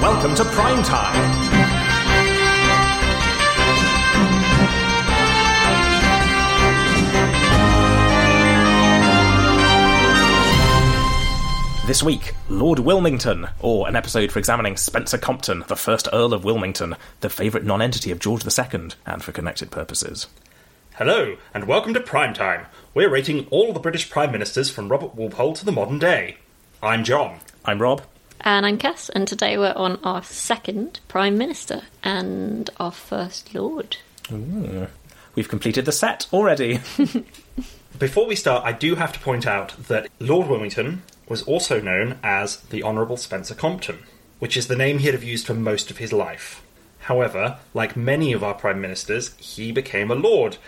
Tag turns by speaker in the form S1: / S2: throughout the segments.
S1: Welcome to Primetime. This week, Lord Wilmington, or an episode for examining Spencer Compton, the first Earl of Wilmington, the favourite nonentity of George II, and for connected purposes.
S2: Hello, and welcome to Primetime. We're rating all the British Prime Ministers from Robert Walpole to the modern day. I'm John.
S1: I'm Rob.
S3: And I'm Cass, and today we're on our second Prime Minister and our first Lord.
S1: We've completed the set already.
S2: Before we start, I do have to point out that Lord Wilmington was also known as the Honourable Spencer Compton, which is the name he'd have used for most of his life. However, like many of our Prime Ministers, he became a Lord.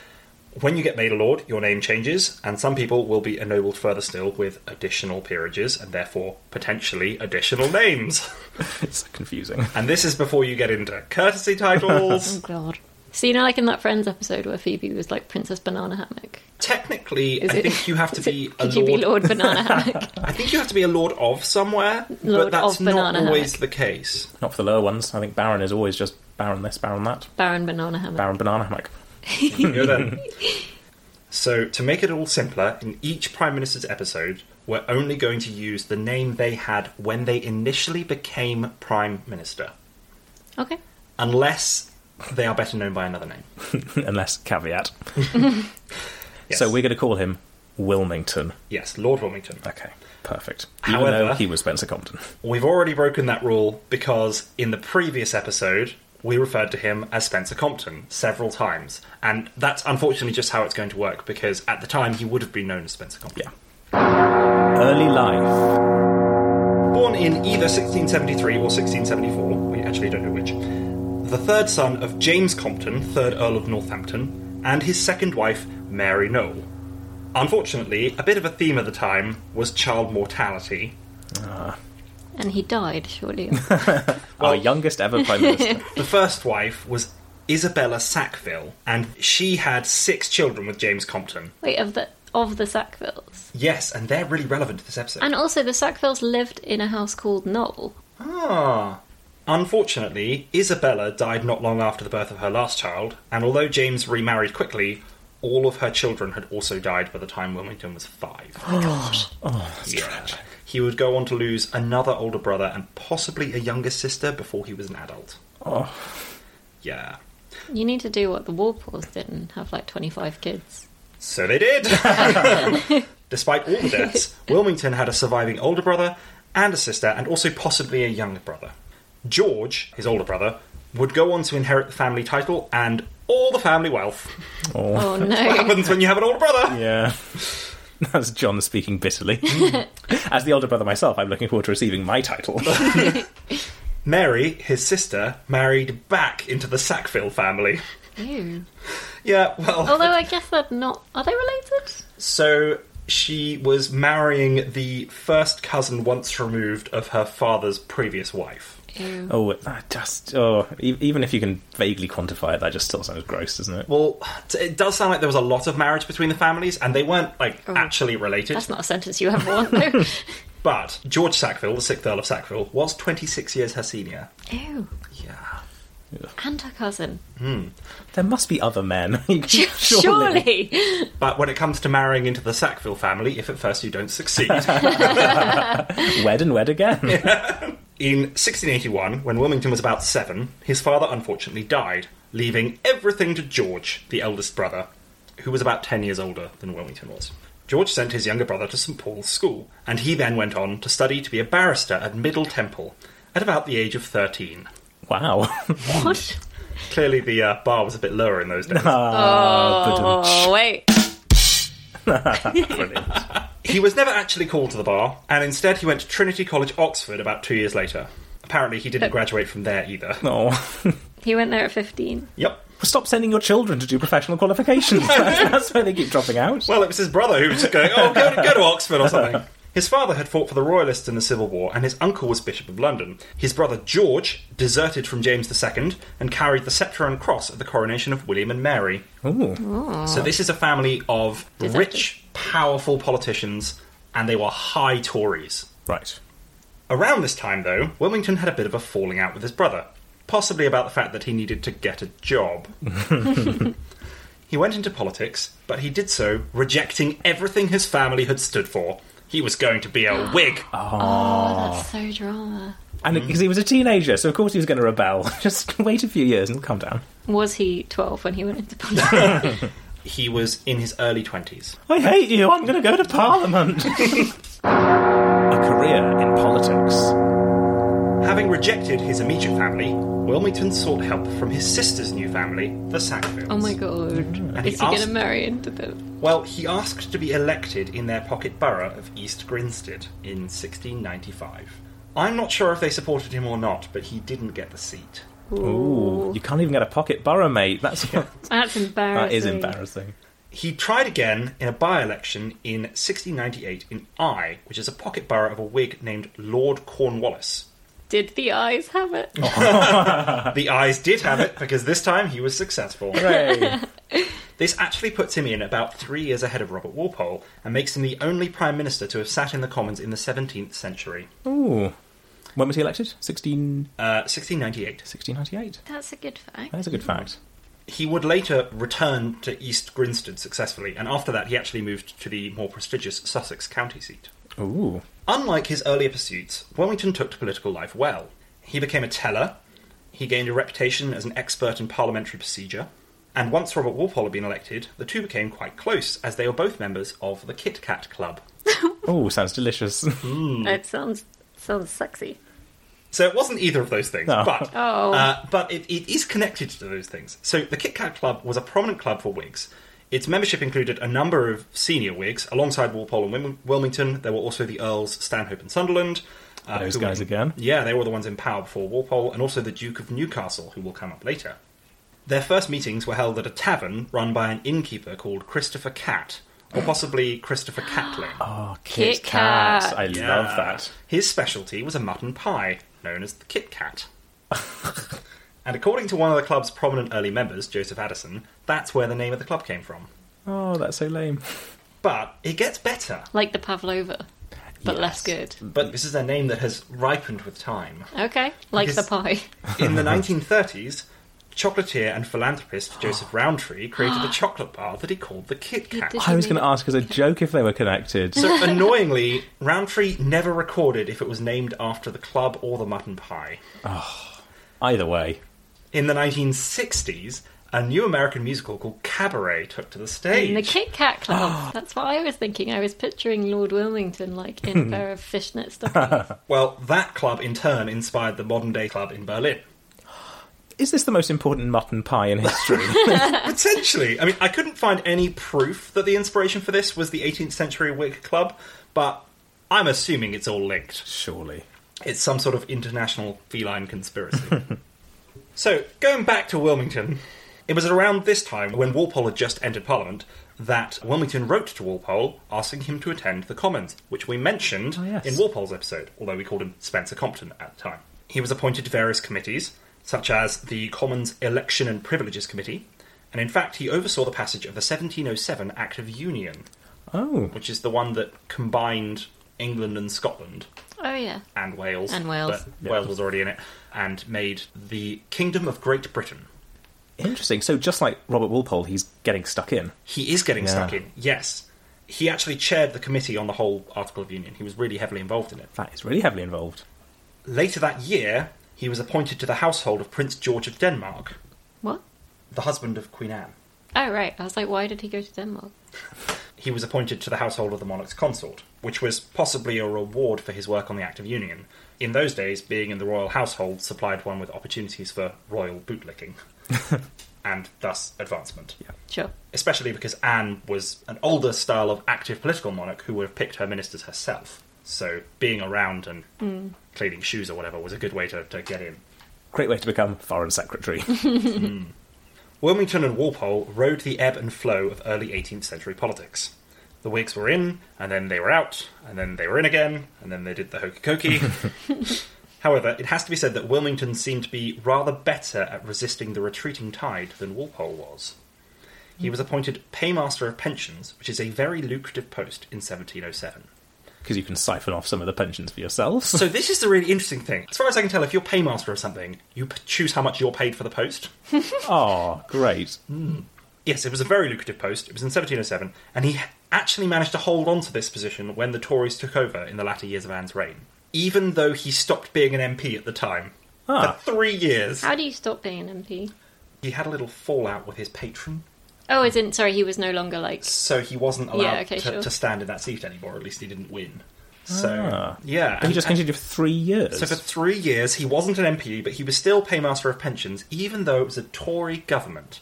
S2: When you get made a Lord, your name changes, and some people will be ennobled further still with additional peerages and therefore potentially additional names.
S1: it's confusing.
S2: and this is before you get into courtesy titles.
S3: Oh, God. So you know, like in that Friends episode where Phoebe was like Princess Banana Hammock.
S2: Technically, I
S3: it-
S2: think you have to
S3: is it-
S2: be a
S3: could you be
S2: Lord
S3: Lord Banana Hammock?
S2: I think you have to be a lord of somewhere, but
S3: Lord
S2: that's
S3: of Banana
S2: not always
S3: Hammock.
S2: the case.
S1: Not for the lower ones. I think Baron is always just Baron this, Baron that,
S3: Baron Banana Hammock.
S1: Baron Banana Hammock.
S2: You know then. so, to make it all simpler, in each Prime Minister's episode, we're only going to use the name they had when they initially became Prime Minister,
S3: Okay.
S2: unless they are better known by another name.
S1: Unless caveat.
S2: Yes.
S1: So we're going to call him Wilmington.
S2: Yes, Lord Wilmington.
S1: Okay, perfect. Even
S2: However-
S1: though he was Spencer Compton.
S2: We've already broken that rule because in the previous episode, we referred to him as Spencer Compton several times. And that's unfortunately just how it's going to work because at the time he would have been known as Spencer Compton.
S1: Yeah. Early life.
S2: Born in either 1673 or 1674, we actually don't know which, the third son of James Compton, 3rd Earl of Northampton, and his second wife, Mary Noel. Unfortunately, a bit of a theme at the time was child mortality.
S3: And he died shortly.
S1: Our youngest ever prime minister.
S2: The first wife was Isabella Sackville, and she had six children with James Compton.
S3: Wait, of the of the Sackvilles.
S2: Yes, and they're really relevant to this episode.
S3: And also the Sackvilles lived in a house called Knoll.
S2: Ah. Unfortunately, Isabella died not long after the birth of her last child, and although James remarried quickly, all of her children had also died by the time Wilmington was five.
S1: Oh, that's
S2: Yeah.
S1: tragic.
S2: He would go on to lose another older brother and possibly a younger sister before he was an adult.
S1: Oh.
S2: Yeah.
S3: You need to do what the Walpoles did and have like twenty five kids.
S2: So they did! Despite all the deaths, Wilmington had a surviving older brother and a sister, and also possibly a younger brother. George, his older brother, would go on to inherit the family title and all the family wealth.
S1: Oh.
S3: Oh
S2: What
S3: no.
S2: happens when you have an older brother?
S1: Yeah. That's John speaking bitterly. As the older brother myself, I'm looking forward to receiving my title.
S2: Mary, his sister, married back into the Sackville family.
S3: Ew.
S2: Yeah, well,
S3: Although I guess they're not. Are they related?
S2: so she was marrying the first cousin once removed of her father's previous wife.
S3: Ew.
S1: oh, that just oh, e- even if you can vaguely quantify it, that just still sounds gross, doesn't it?
S2: Well, t- it does sound like there was a lot of marriage between the families, and they weren't like
S3: Oh.
S2: actually related.
S3: That's not a sentence you ever want, though.
S2: But George Sackville, the sixth Earl of Sackville, was 26 years her senior.
S3: Ew.
S2: Yeah.
S3: And her cousin.
S1: There must be other men.
S3: Surely.
S2: But when it comes to marrying into the Sackville family, if at first you don't succeed,
S1: Wed and wed again.
S2: In 1681, when Wilmington was about seven, his father unfortunately died, leaving everything to George, the eldest brother, who was about 10 years older than Wilmington was. George sent his younger brother to St Paul's School, and he then went on to study to be a barrister at Middle Temple at about the age of 13.
S1: Wow.
S3: What?
S2: Clearly, the uh, bar was a bit lower in those days.
S3: Oh, wait.
S1: Brilliant.
S2: He was never actually called to the bar, and instead he went to Trinity College, Oxford, about two years later. Apparently, he didn't graduate from there either.
S1: Oh.
S3: He went there at 15.
S2: Yep.
S1: Stop sending your children to do professional qualifications. that's, that's where they keep dropping out.
S2: Well, it was his brother who was just going, oh, go to, go to Oxford or something. His father had fought for the Royalists in the Civil War, and his uncle was Bishop of London. His brother George deserted from James II and carried the sceptre and cross at the coronation of William and Mary.
S1: Ooh.
S2: So, this is a family of
S3: Deserters.
S2: rich, powerful politicians, and they were high Tories.
S1: Right.
S2: Around this time, though, Wilmington had a bit of a falling out with his brother, possibly about the fact that he needed to get a job. he went into politics, but he did so rejecting everything his family had stood for. He was going to be a Whig.
S3: Oh, that's so drama.
S1: And because he was a teenager, so of course he was going to rebel. Just wait a few years and it'll calm down.
S3: Was he 12 when he went into politics?
S2: He was in his early 20s.
S1: I hate you. I'm going to go to Parliament. a career in politics.
S2: Having rejected his immediate family, Wilmington sought help from his sister's new family, the Sackvilles.
S3: oh my god.
S2: he
S3: Is he going
S2: asked-
S3: to marry into them?
S2: Well, he asked to be elected in their pocket borough of East Grinstead in 1695. I'm not sure if they supported him or not, but he didn't get the seat.
S1: Ooh, you can't even get a pocket borough, mate. That's
S3: That's embarrassing.
S1: that is embarrassing.
S2: He tried again in a by election in 1698 in Eye, which is a pocket borough of a Whig named Lord Cornwallis.
S3: Did the eyes have it?
S2: The Eyes did have it because this time he was successful.
S1: Hooray.
S2: This actually puts him in about three years ahead of Robert Walpole and makes him the only Prime Minister to have sat in the Commons in the 17th century,
S1: Ooh. When was he elected? 16,
S2: uh, 1698.
S1: 1698.
S3: That's a good fact.
S1: That is a good fact.
S2: He would later return to East Grinstead successfully, and after that, he actually moved to the more prestigious Sussex county seat.
S1: Ooh.
S2: Unlike his earlier pursuits, Wilmington took to political life well. He became a teller, he gained a reputation as an expert in parliamentary procedure, and once Robert Walpole had been elected, the two became quite close as they were both members of the Kit Kat Club.
S1: Ooh, sounds delicious.
S3: It sounds sounds sexy.
S2: So it wasn't either of those things,
S1: No.
S2: but
S3: Oh.
S2: uh, but it, it is connected to those things. So the Kit Kat Club was a prominent club for Whigs. Its membership included a number of senior Whigs, alongside Walpole and Wil- Wilmington. There were also the Earls Stanhope and Sunderland. uh,
S1: Those
S2: who were-
S1: guys again.
S2: Yeah, they were the ones in power before Walpole, and also the Duke of Newcastle, who will come up later. Their first meetings were held at a tavern run by an innkeeper called Christopher Cat, or possibly Christopher Catling.
S1: Oh, Kit
S3: Kit Kat.
S1: Kat. I
S2: Yeah.
S1: love that.
S2: His specialty was a mutton pie, known as the Kit Kat. and according to one of the club's prominent early members, Joseph Addison, that's where the name of the club came from.
S1: Oh, that's so lame.
S2: But it gets better.
S3: Like the pavlova, but less
S1: Yes.
S3: good.
S2: But this is a name that has ripened with time.
S3: Okay, like
S2: Because-
S3: the pie.
S2: In the 1930s, chocolatier and philanthropist Joseph Roundtree created a chocolate bar that he called the Kit
S3: He
S2: Kat.
S3: did.
S1: I was going to ask as a joke if they were connected.
S2: So annoyingly, Roundtree never recorded if it was named after the club or the mutton pie.
S1: Either way.
S2: In the 1960s, a new American musical called Cabaret took to the stage.
S3: In the Kit Kat Club. That's what I was thinking. I was picturing Lord Wilmington like in a pair of fishnet stockings.
S2: well, that club in turn inspired the modern day club in Berlin.
S1: Is this the most important mutton pie in history?
S2: Potentially. I mean, I couldn't find any proof that the inspiration for this was the 18th century Whig club, but I'm assuming it's all linked.
S1: Surely.
S2: It's some sort of international feline conspiracy. so, going back to Wilmington, it was around this time, when Walpole had just entered Parliament, that Wilmington wrote to Walpole asking him to attend the Commons, which we mentioned
S1: Oh, yes.
S2: in Walpole's episode, although we called him Spencer Compton at the time. He was appointed to various committees, such as the Commons Election and Privileges Committee, and in fact, he oversaw the passage of the 1707 Act of Union,
S1: Oh.
S2: which is the one that combined England and Scotland
S3: oh yeah.
S2: and Wales.
S3: And Wales.
S2: But
S1: Yeah.
S2: Wales was already in it, and made the Kingdom of Great Britain.
S1: Interesting. So just like Robert Walpole, he's getting stuck in.
S2: He is getting
S1: Yeah.
S2: stuck in, yes. He actually chaired the committee on the whole Article of Union. He was really heavily involved in it.
S1: That is really heavily involved.
S2: Later that year, he was appointed to the household of Prince George of Denmark,
S3: What?
S2: the husband of Queen Anne.
S3: Oh right. I was like, why did he go to Denmark?
S2: He was appointed to the household of the monarch's consort, which was possibly a reward for his work on the Act of Union. In those days, being in the royal household supplied one with opportunities for royal bootlicking and thus advancement.
S3: Sure.
S2: especially because Anne was an older style of active political monarch who would have picked her ministers herself. So being around and cleaning shoes or whatever was a good way to, to get in.
S1: Great way to become foreign secretary.
S2: Wilmington and Walpole rode the ebb and flow of early 18th century politics. The Whigs were in, and then they were out, and then they were in again, and then they did the hokey cokey. However, it has to be said that Wilmington seemed to be rather better at resisting the retreating tide than Walpole was. oh He was appointed Paymaster of Pensions, which is a very lucrative post in 1707.
S1: because you can siphon off some of the pensions for yourself.
S2: So this is the really interesting thing. As far as I can tell, if you're paymaster of something, you p- choose how much you're paid for the post.
S1: Ah, great.
S2: Yes, it was a very lucrative post. It was in 1707, and he actually managed to hold on to this position when the Tories took over in the latter years of Anne's reign, even though he stopped being an MP at the time.
S1: Ah.
S2: For three years.
S3: How do you stop being an MP?
S2: He had a little fallout with his patron,
S3: Oh, as in, sorry, he was no longer like.
S2: so he wasn't allowed
S3: Yeah, okay,
S2: to,
S3: sure.
S2: to stand in that seat anymore, or at least he didn't win. So,
S1: Ah.
S2: yeah.
S1: But he
S2: and-
S1: just
S2: and-
S1: continued for three years.
S2: So for three years, he wasn't an MP, but he was still paymaster of pensions, even though it was a Tory government.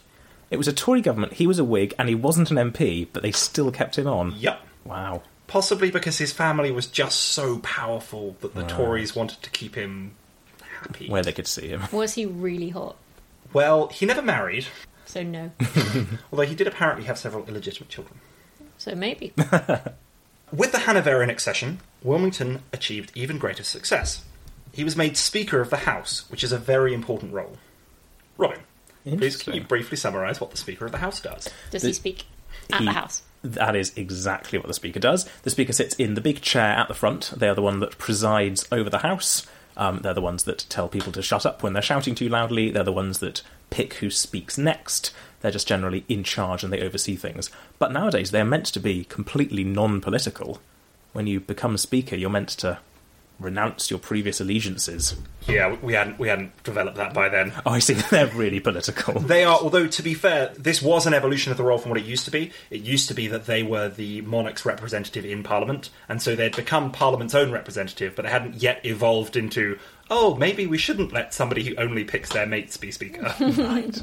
S1: It was a Tory government. He was a Whig, and he wasn't an MP, but they still kept him on.
S2: Yep.
S1: Wow.
S2: Possibly because his family was just so powerful that the Tories wanted to keep him happy.
S1: Where they could see him.
S3: Was he really hot?
S2: Well, he never married,
S3: So no.
S2: although he did apparently have several illegitimate children.
S3: So maybe.
S2: With the Hanoverian accession, Wilmington achieved even greater success. He was made Speaker of the House, which is a very important role. Robin, please can
S1: Interesting.
S2: you briefly summarise what the Speaker of the House does?
S3: Does
S1: The-
S3: he speak at
S1: He-
S3: the house?
S1: That is exactly what the speaker does. The speaker sits in the big chair at the front. They are the one that presides over the house. Um, they're the ones that tell people to shut up when they're shouting too loudly. They're the ones that pick who speaks next. They're just generally in charge and they oversee things. But nowadays, they're meant to be completely non political. When you become speaker, you're meant to renounce your previous allegiances.
S2: Yeah, we- we hadn't we hadn't developed that by then.
S1: Oh, I see, they're really political.
S2: They are, although to be fair, this was an evolution of the role from what it used to be. It used to be that they were the monarch's representative in Parliament, and so they'd become Parliament's own representative, but they hadn't yet evolved into, oh, maybe we shouldn't let somebody who only picks their mates be Speaker.
S1: Right.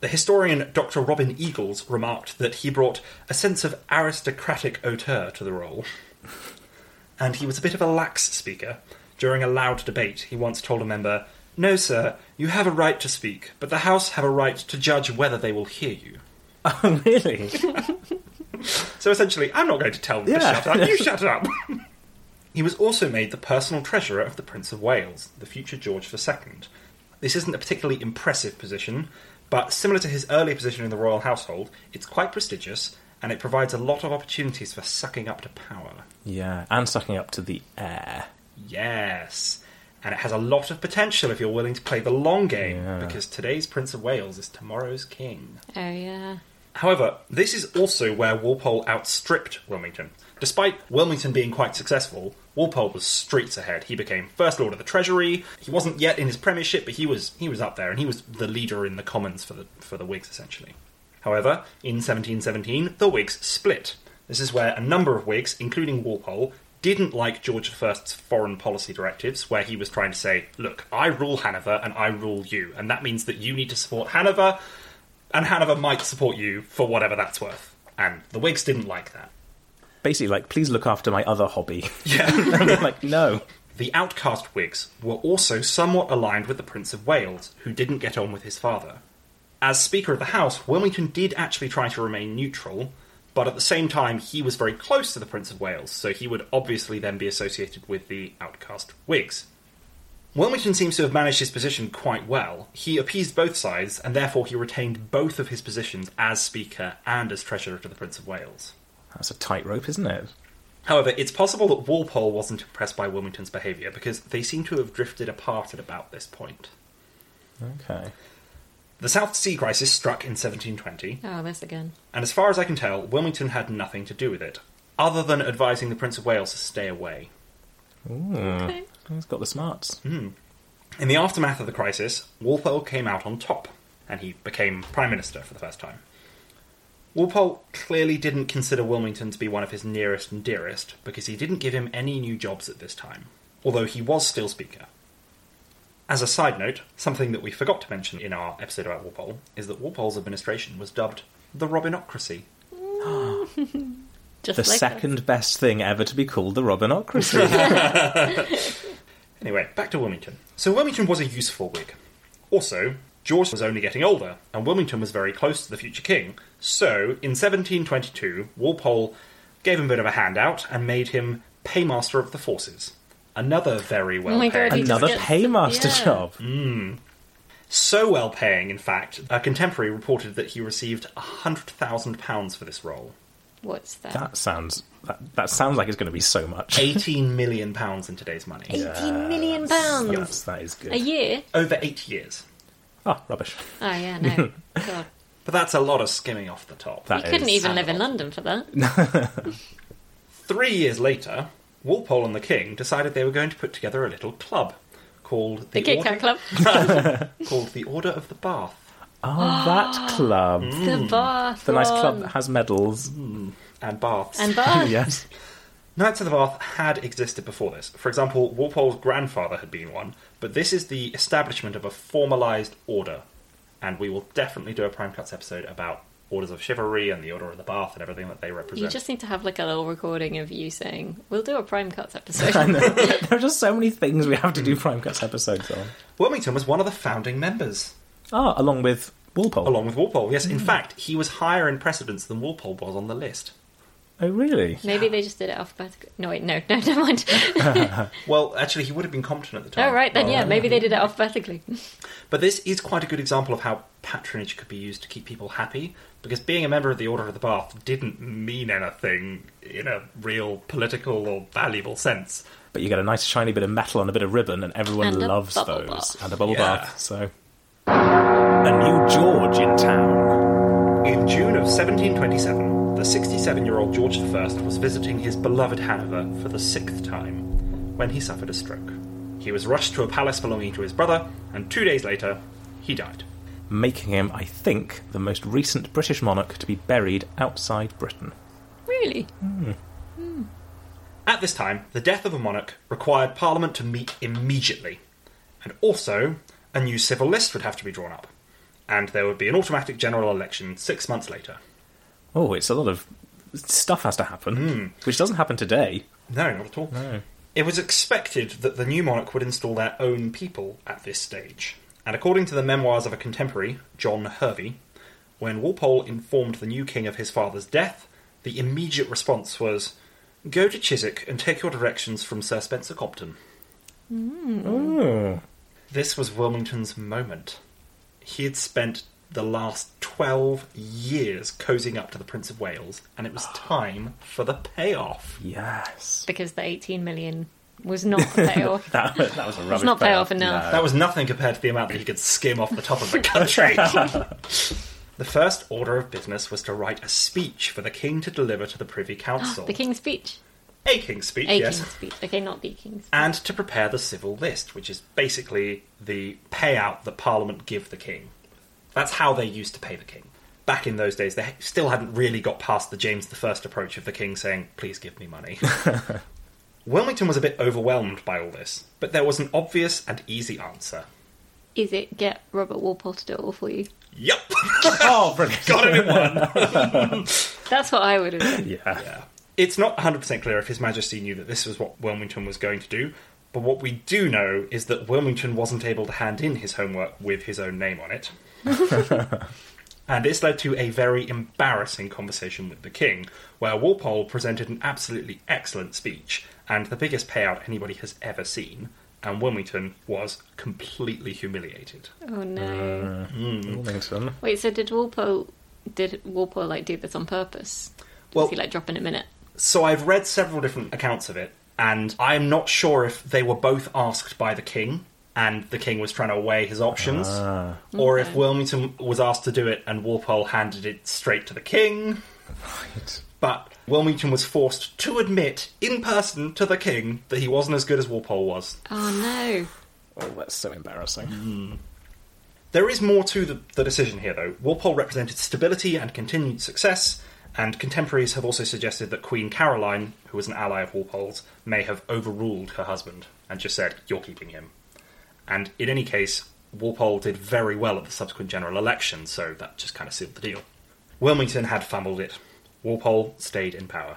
S2: the historian Dr. Robin Eagles remarked that he brought a sense of aristocratic hauteur to the role. And he was a bit of a lax speaker. During a loud debate, he once told a member, No, sir, you have a right to speak, but the House have a right to judge whether they will hear you.
S1: Oh, really?
S2: So essentially, I'm not going to tell them
S1: Yeah.
S2: to shut up. You shut up. he was also made the personal treasurer of the Prince of Wales, the future George II. This isn't a particularly impressive position, but similar to his earlier position in the royal household, it's quite prestigious and it provides a lot of opportunities for sucking up to power.
S1: Yeah, and sucking up to the air.
S2: Yes. And it has a lot of potential if you're willing to play the long game,
S1: Yeah.
S2: because today's Prince of Wales is tomorrow's king.
S3: Oh yeah.
S2: However, this is also where Walpole outstripped Wilmington. Despite Wilmington being quite successful, Walpole was streets ahead. He became First Lord of the Treasury. He wasn't yet in his premiership, but he was he was up there, and he was the leader in the Commons for the for the Whigs essentially. However, in 1717, the Whigs split. This is where a number of Whigs, including Walpole, didn't like George I's foreign policy directives, where he was trying to say, "Look, I rule Hanover, and I rule you, and that means that you need to support Hanover." and Hanover might support you for whatever that's worth. And the Whigs didn't like that.
S1: basically like please look after my other hobby
S2: Yeah.
S1: and I'm like no
S2: the outcast Whigs were also somewhat aligned with the Prince of Wales, who didn't get on with his father. As Speaker of the House, Wilmington did actually try to remain neutral, but at the same time, he was very close to the Prince of Wales, so he would obviously then be associated with the outcast Whigs. Wilmington seems to have managed his position quite well. He appeased both sides, and therefore he retained both of his positions as Speaker and as Treasurer to the Prince of Wales.
S1: that's a tightrope isn't it
S2: However, it's possible that Walpole wasn't impressed by Wilmington's behaviour because they seem to have drifted apart at about this point.
S1: okay
S2: The South Sea Crisis struck in 1720,
S3: Oh, this again.
S2: and as far as I can tell, Wilmington had nothing to do with it, other than advising the Prince of Wales to stay away.
S1: Uh,
S3: Okay.
S1: he's got the smarts
S2: Hmm. In the aftermath of the crisis, Walpole came out on top, and he became Prime Minister for the first time. Walpole clearly didn't consider Wilmington to be one of his nearest and dearest, because he didn't give him any new jobs at this time, although he was still Speaker. As a side note, something that we forgot to mention in our episode about Walpole is that Walpole's administration was dubbed the Robinocracy.
S3: Just
S1: the
S3: like
S1: second best thing ever to be called the robinocracy
S2: Anyway, back to Wilmington. So Wilmington was a useful Whig. Also, George was only getting older, and Wilmington was very close to the future king. So, in 1722, Walpole gave him a bit of a handout and made him paymaster of the forces. Another very well
S3: Oh my
S2: paid.
S3: God, he-
S1: another
S3: Just gets-
S1: paymaster
S3: yeah.
S1: job
S2: Hmm. So well paying, in fact, a contemporary reported that he received £100,000 for this role.
S3: What's that?
S1: That sounds that, that sounds like it's going to be so much.
S2: 18 million pounds in today's money.
S3: Eighteen million pounds
S1: Yes, that is
S3: a
S1: good.
S3: year.
S2: Over eight years.
S1: Ah, rubbish.
S3: Oh yeah, no. God,
S2: But that's a lot of skimming off the top.
S1: That
S3: you couldn't
S1: is-
S3: even live in London for that.
S2: Three years later, Walpole and the King decided they were going to put together a little club called
S3: The
S2: the,
S3: Kit
S2: Order,
S3: Kat Club,
S2: called the Order of the Bath.
S1: Oh, that club.
S2: Hmm.
S3: the bar,
S1: Hmm. The nice club
S3: one.
S1: that has medals.
S2: And baths.
S3: and bar.
S1: Yes.
S2: Knights of the Bath had existed before this. For example, Walpole's grandfather had been one, but this is the establishment of a formalised order. And we will definitely do a Prime Cuts episode about orders of chivalry and the Order of the Bath and everything that they represent.
S3: You just need to have like a little recording of you saying, "We'll do a prime cuts episode."
S1: There are just so many things we have to
S2: Hmm.
S1: do Prime Cuts episodes on.
S2: Wilmington was one of the founding members,
S1: Ah, along with Walpole.
S2: along with Walpole. Yes,
S3: Mm.
S2: in fact, he was higher in precedence than Walpole was on the list.
S1: Oh, really?
S3: Maybe they just did it alphabetically. No, wait, no, no, never mind.
S2: Well, actually, he would have been Compton at the time.
S3: All Oh, right then, yeah, maybe they did it alphabetically.
S2: But this is quite a good example of how patronage could be used to keep people happy, because being a member of the Order of the Bath didn't mean anything in a real political or valuable sense.
S1: But you get a nice shiny bit of metal and a bit of ribbon, and everyone
S3: And a
S1: loves
S3: bubble
S1: those.
S3: bath.
S1: And a bubble
S2: Yeah.
S1: bath. So, a new George in town.
S2: In June of 1727, the 67 year old George I was visiting his beloved Hanover for the sixth time when he suffered a stroke. He was rushed to a palace belonging to his brother, and two days later, he died.
S1: making him, I think, the most recent British monarch to be buried outside Britain.
S3: Really?
S2: At this time, the death of a monarch required Parliament to meet immediately, and also a new civil list would have to be drawn up, and there would be an automatic general election six months later.
S1: Oh, it's a lot of stuff has to happen, which doesn't happen today.
S2: No, not at all.
S1: No.
S2: It was expected that the new monarch would install their own people at this stage, and according to the memoirs of a contemporary, John Hervey, when Walpole informed the new king of his father's death, the immediate response was, "Go to Chiswick and take your directions from Sir Spencer Compton."
S1: Oh,
S2: This was Wilmington's moment. He had spent the last 12 years cozying up to the Prince of Wales, and it was time for the payoff.
S1: yes.
S3: Because the 18 million was not a payoff.
S1: That, that was a rubbish.
S3: not
S1: payoff.
S3: payoff enough.
S1: No.
S2: That was nothing compared to the amount that he could skim off the top of the country. the first order of business was to write a speech for the king to deliver to the Privy Council.
S3: the King's Speech.
S2: A king's speech,
S3: A
S2: yes.
S3: King's Speech. Okay, not the King's.
S2: And to prepare the civil list, which is basically the payout that Parliament give the king. That's how they used to pay the king. Back in those days, they still hadn't really got past the James I approach of the king saying, please give me money. Wilmington was a bit overwhelmed by all this, but there was an obvious and easy answer.
S3: Is it get Robert Walpole to do it all for you?
S2: Yup,
S1: Oh, brilliant.
S2: got it in one.
S3: That's what I would have done.
S1: Yeah.
S2: Yeah. It's not 100% clear if His Majesty knew that this was what Wilmington was going to do, but what we do know is that Wilmington wasn't able to hand in his homework with his own name on it. and this led to a very embarrassing conversation with the King, where Walpole presented an absolutely excellent speech and the biggest payout anybody has ever seen, and Wilmington was completely humiliated.
S3: Oh no.
S1: Uh. Hmm. Wilmington.
S3: Wait, so did Walpole did Walpole like do this on purpose?
S2: Well-
S3: Well, he like drop in a minute?
S2: So I've read several different accounts of it, and I'm not sure if they were both asked by the king, and the king was trying to weigh his options, or if Wilmington was asked to do it and Walpole handed it straight to the king. But Wilmington was forced to admit in person to the king that he wasn't as good as Walpole was.
S3: Oh no.
S1: Oh, that's so embarrassing.
S2: There is more to the, the decision here, though. Walpole represented stability and continued success, and contemporaries have also suggested that Queen Caroline, who was an ally of Walpole's, may have overruled her husband and just said, You're keeping him. And in any case, Walpole did very well at the subsequent general election, so that just kind of sealed the deal. Wilmington had fumbled it. Walpole stayed in power.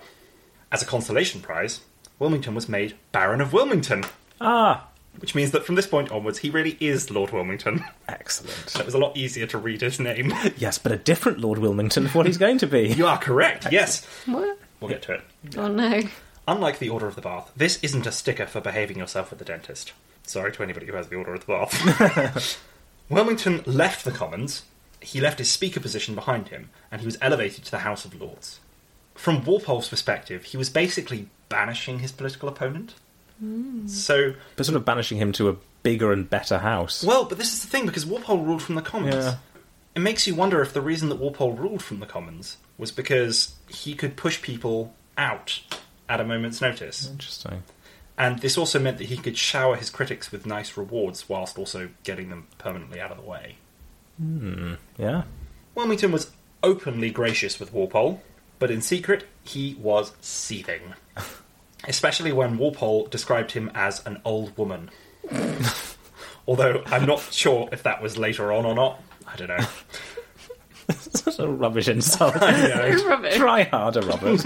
S2: As a consolation prize, Wilmington was made Baron of Wilmington,
S1: Ah,
S2: which means that from this point onwards, he really is Lord Wilmington. So it
S1: excellent.
S2: was a lot easier to read his name.
S1: Yes, but a different Lord Wilmington for what he's going to be.
S2: you are correct, yes.
S3: What?
S2: We'll get to it.
S3: Oh no.
S2: Unlike the Order of the Bath, this isn't a sticker for behaving yourself with the dentist. Sorry to anybody who has the Order of the Bath. Wilmington left the Commons, he left his Speaker position behind him, and he was elevated to the House of Lords. from Walpole's perspective, he was basically banishing his political opponent. So,
S1: But sort of banishing him to a bigger and better house.
S2: well, but this is the thing because Walpole ruled from the Commons.
S1: Yeah.
S2: It makes you wonder if the reason that Walpole ruled from the Commons was because he could push people out at a moment's
S1: Mm.
S2: notice.
S1: Interesting.
S2: And this also meant that he could shower his critics with nice rewards whilst also getting them permanently out of the way.
S1: Yeah.
S2: Wilmington was openly gracious with Walpole, but in secret, he was seething. Especially when Walpole described him as an old woman. Although I'm not sure if that was later on or not. I don't know.
S1: Such a rubbish insult.
S3: Rubbish.
S1: Try harder, Robert.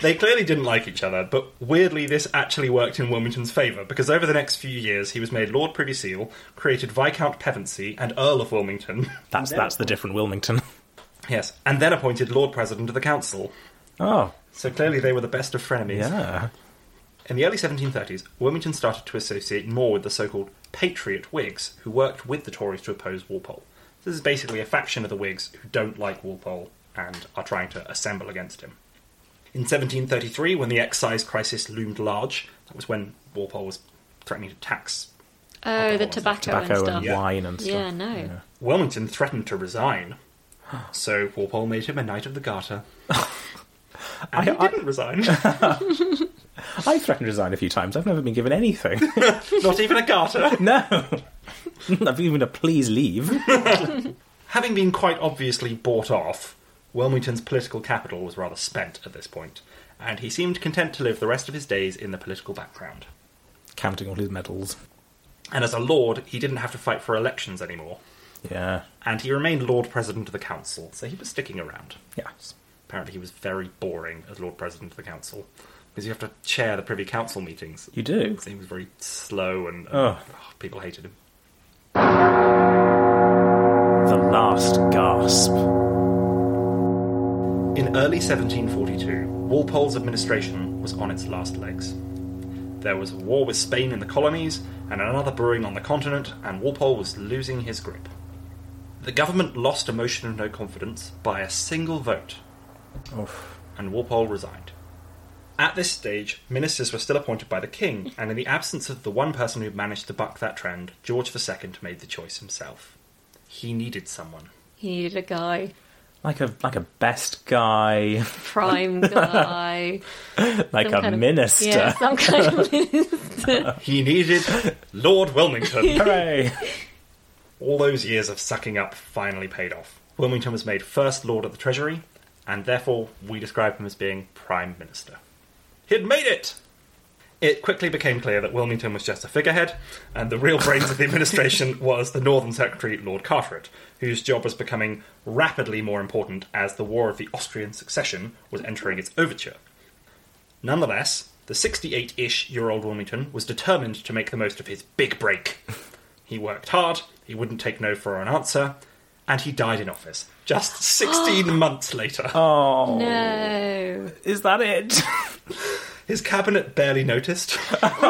S2: They clearly didn't like each other, but weirdly, this actually worked in Wilmington's favour because over the next few years, he was made Lord Privy Seal, created Viscount Pevensey, and Earl of Wilmington.
S1: That's that's the different Wilmington.
S2: yes, and then appointed Lord President of the Council.
S1: Oh,
S2: So clearly, they were the best of frenemies.
S1: yeah.
S2: In the early 1730s, Wilmington started to associate more with the so called Patriot Whigs, who worked with the Tories to oppose Walpole. This is basically a faction of the Whigs who don't like Walpole and are trying to assemble against him. In 1733, when the excise crisis loomed large, that was when Walpole was threatening to tax.
S3: Oh, the
S2: Alcohol,
S3: tobacco,
S1: Tobacco
S3: and
S1: and,
S3: stuff.
S2: Yeah.
S1: wine and stuff.
S3: Yeah, no.
S2: Wilmington threatened to resign, so Walpole made him a Knight of the Garter. And he
S1: I- I-
S2: didn't resign.
S1: I threatened to resign a few times. I've never been given anything.
S2: Not even a Garter.
S1: no. I've been given a please leave.
S2: Having been quite obviously bought off, Wilmington's political capital was rather spent at this point, and he seemed content to live the rest of his days in the political background.
S1: Counting all his medals.
S2: And as a lord, he didn't have to fight for elections anymore,
S1: Yeah.
S2: and he remained Lord President of the Council, so he was sticking around.
S1: Yes.
S2: Apparently, he was very boring as Lord President of the Council, because you have to chair the Privy Council meetings.
S1: You do.
S2: So he was very slow, and, and
S1: Oh.
S2: oh, people hated him.
S1: The last gasp.
S2: In early 1742, Walpole's administration was on its last legs. There was a war with Spain in the colonies, and another brewing on the continent, and Walpole was losing his grip. The government lost a motion of no confidence by a single vote,
S1: Oof.
S2: and Walpole resigned. At this stage, ministers were still appointed by the king, and in the absence of the one person who managed to buck that trend, George II made the choice himself. He needed someone.
S3: He needed a guy.
S1: Like a like a best guy,
S3: Prime guy.
S1: like
S3: some
S1: a
S3: kind of-
S1: minister.
S3: yeah, some kind of
S2: He needed Lord Wilmington.
S1: Hooray!
S2: All those years of sucking up finally paid off. Wilmington was made First Lord of the Treasury, and therefore we describe him as being Prime Minister. He'd made it! It quickly became clear that Wilmington was just a figurehead, and the real brains of the administration was the Northern Secretary, Lord Carteret, whose job was becoming rapidly more important as the War of the Austrian Succession was entering its overture. Nonetheless, the 68 ish year old Wilmington was determined to make the most of his big break. He worked hard, he wouldn't take no for an answer, and he died in office just 16 months later.
S1: Oh,
S3: No.
S1: is that it?
S2: His cabinet barely noticed.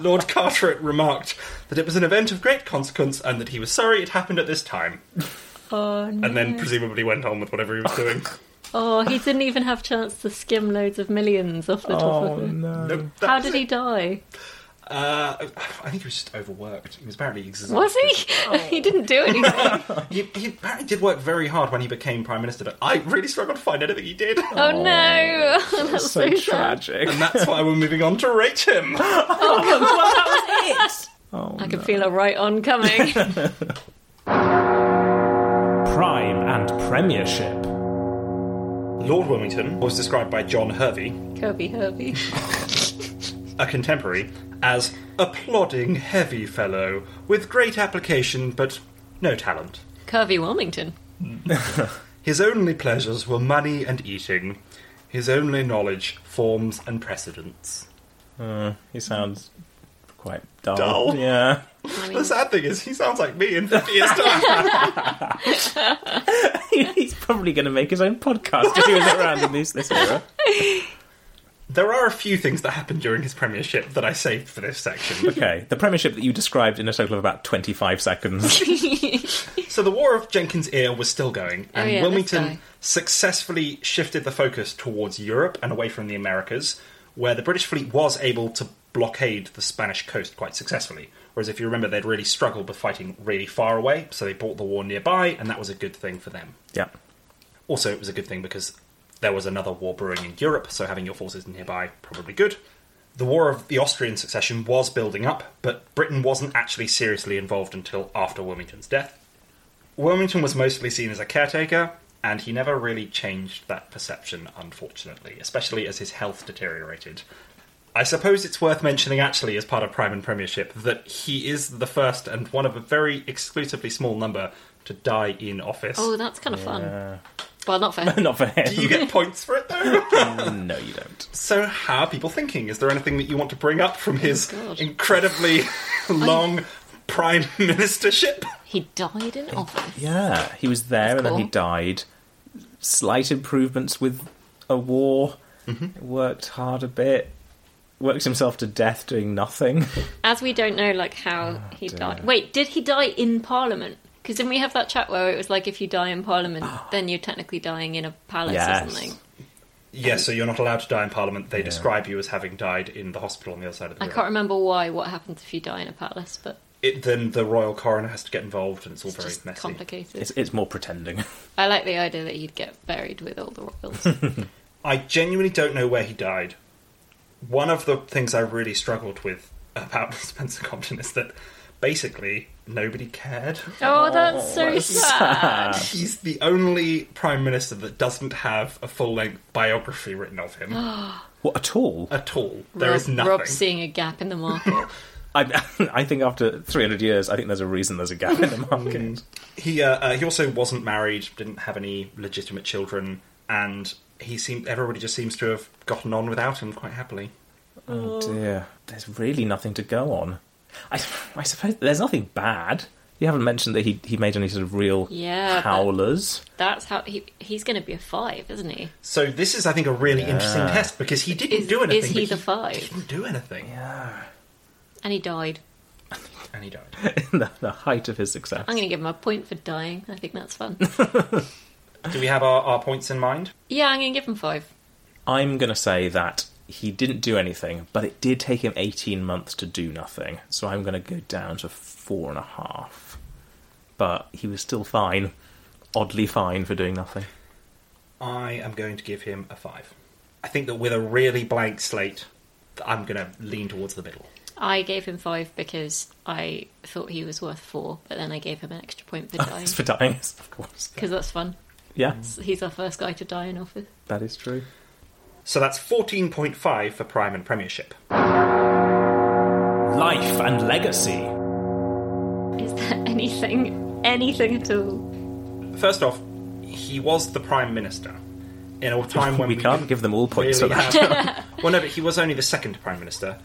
S2: Lord Carteret remarked that it was an event of great consequence and that he was sorry it happened at this time,
S3: Oh, no.
S2: and then presumably went on with whatever he was doing.
S3: oh, he didn't even have chance to skim loads of millions off the top
S1: Oh
S3: of it.
S1: no.
S2: Nope, that
S3: How
S2: was
S3: did
S2: it.
S3: he die?
S2: Uh, I think he was just overworked. He was apparently exhausted.
S3: Was he? he didn't do anything.
S2: He, he apparently did work very hard when he became prime minister, but I really struggled to find anything he did.
S3: oh no. That's
S1: So
S3: so, sad.
S1: tragic.
S2: And that's why we're moving on to rate him.
S1: Oh,
S3: I can feel a right on coming.
S1: Prime and Premiership.
S2: Lord Wilmington was described by John Hervey,
S3: Kirby Hervey.
S2: a contemporary, as a plodding, heavy fellow with great application but no talent.
S3: Kirby Wilmington.
S2: His only pleasures were money and eating. His only knowledge, forms and precedents.
S1: He sounds quite dull.
S2: Dull?
S1: Yeah.
S3: I mean,
S2: The sad thing is, he sounds like me in 50 years' time.
S1: He's probably going to make his own podcast if he was around in this, this era.
S2: there are a few things that happened during his premiership that I saved for this section.
S1: Okay, the Premiership that you described in a total of about 25 seconds.
S2: So the War of Jenkins' Ear was still going,
S3: Oh,
S2: and
S3: yeah, this guy.
S2: Wilmington successfully shifted the focus towards Europe and away from the Americas, where the British fleet was able to blockade the Spanish coast quite successfully. Whereas, if you remember, they'd really struggled with fighting really far away, so they brought the war nearby, and that was a good thing for them.
S1: Yeah.
S2: Also, it was a good thing because there was another war brewing in Europe, so having your forces nearby probably good. The War of the Austrian Succession was building up, but Britain wasn't actually seriously involved until after Wilmington's death. Wilmington was mostly seen as a caretaker, and he never really changed that perception, unfortunately, especially as his health deteriorated. I suppose it's worth mentioning, actually, as part of Prime and Premiership, that he is the first and one of a very exclusively small number to die in office.
S3: Oh, that's kind of fun. Well, not fair.
S1: Not for
S2: Do you
S1: him.
S2: get points for it though?
S1: no, you don't.
S2: so, how are people thinking? Is there anything that you want to bring up from his
S3: Oh God.
S2: incredibly long prime ministership?
S3: He died in office.
S1: Yeah, he was there and then he
S3: cool.
S1: died. Slight improvements with a war. Worked hard a bit. Worked himself to death doing nothing.
S3: As we don't know, like how he
S1: dear.
S3: died. Wait, did he die in Parliament? Because then we have that chat where it was like, if you die in Parliament, then you're technically dying in a palace or
S1: Yes.
S3: something.
S2: Yeah, so you're not allowed to die in Parliament. They describe you as having died in the hospital on the other side of the
S3: I
S2: river.
S3: can't remember why. What happens if you die in a palace? But
S2: It, then the royal coroner has to get involved, and it's all
S3: it's
S2: very
S3: just
S2: messy.
S3: complicated.
S1: It's, it's more pretending.
S3: I like the idea that he'd get buried with all the royals.
S2: I genuinely don't know where he died. One of the things I really struggled with about Spencer Compton is that basically nobody cared.
S3: oh, that's so
S1: that's
S3: sad.
S2: He's the only prime minister that doesn't have a full length biography written of him
S1: What at all?
S2: at all. There is
S3: Rob,
S2: nothing.
S3: Rob seeing a gap in the market.
S1: I, I think after 300 years, I think there's a reason there's a gap in the market.
S2: He uh, uh, he also wasn't married, didn't have any legitimate children, and he seemed everybody just seems to have gotten on without him quite happily.
S1: oh dear. There's really nothing to go on. I, I suppose there's nothing bad. You haven't mentioned that he, he made any sort of real
S3: Yeah, but-
S1: howlers.
S3: that's how he, he's going to be a five, isn't he?
S2: So this is, I think, a really interesting test because he didn't
S3: Is-
S2: do anything.
S3: is he
S2: but
S3: the five?
S2: Didn't do anything,
S3: And he died.
S2: and he died.
S1: in the, the height of his success.
S3: I'm going to give him a point for dying. I think that's fun.
S2: do we have our, our points in mind?
S3: yeah, I'm going to give him five.
S1: I'm going to say that he didn't do anything, but it did take him 18 months to do nothing. So I'm going to go down to four and a half. But he was still fine, oddly fine for doing nothing.
S2: I am going to give him a five. I think that with a really blank slate, I'm going to lean towards the middle.
S3: I gave him five because I thought he was worth four, but then I gave him an extra point for dying Mm.
S1: It's for dying, of course.
S3: because that's fun.
S1: Yeah,
S3: He's our first guy to die in office.
S1: that is true.
S2: So that's 14.5 for Prime and Premiership.
S1: Life and legacy.
S3: Is there anything, anything at all?
S2: First off, he was the Prime Minister in a time when
S1: we,
S2: we,
S1: can't
S2: didn't
S1: give them all points
S2: really
S1: for that.
S2: have- well, no, but he was only the second Prime Minister,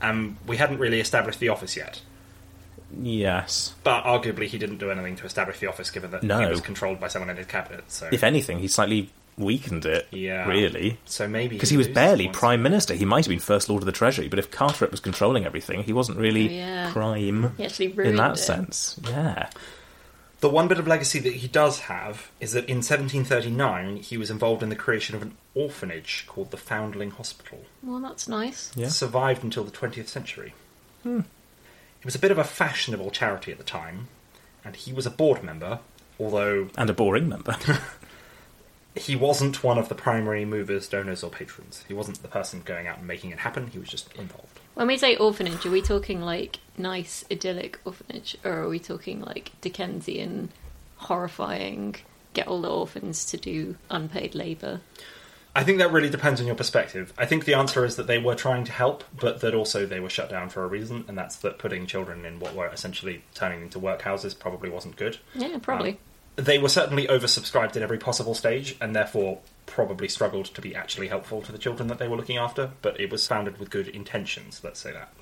S2: and we hadn't really established the office yet.
S1: Yes.
S2: But arguably, he didn't do anything to establish the office, given that
S1: No.
S2: it was controlled by someone in his cabinet. So,
S1: If anything, he slightly weakened it.
S2: Yeah.
S1: Really.
S2: so maybe
S1: Because he was
S2: loses
S1: barely
S2: points.
S1: Prime Minister. He might have been First Lord of the Treasury, but if Carteret was controlling everything, he wasn't really
S3: Oh, yeah.
S1: Prime
S3: He actually ruined
S1: in that
S3: it.
S1: sense. Yeah.
S2: The one bit of legacy that he does have is that in 1739 he was involved in the creation of an orphanage called the Foundling Hospital.
S3: Well, that's nice.
S1: Yeah.
S2: Survived until the 20th century. It was a bit of a fashionable charity at the time, and he was a board member, although
S1: And a boring member.
S2: he wasn't one of the primary movers, donors, or patrons. He wasn't the person going out and making it happen, he was just involved.
S3: When we say orphanage, are we talking like nice, idyllic orphanage, or are we talking like Dickensian, horrifying, get all the orphans to do unpaid labour?
S2: I think that really depends on your perspective. I think the answer is that they were trying to help, but that also they were shut down for a reason, and that's that putting children in what were essentially turning into workhouses probably wasn't good.
S3: Yeah, probably.
S2: Um, they were certainly oversubscribed at every possible stage, and therefore probably struggled to be actually helpful to the children that they were looking after, but it was founded with good intentions, let's say that.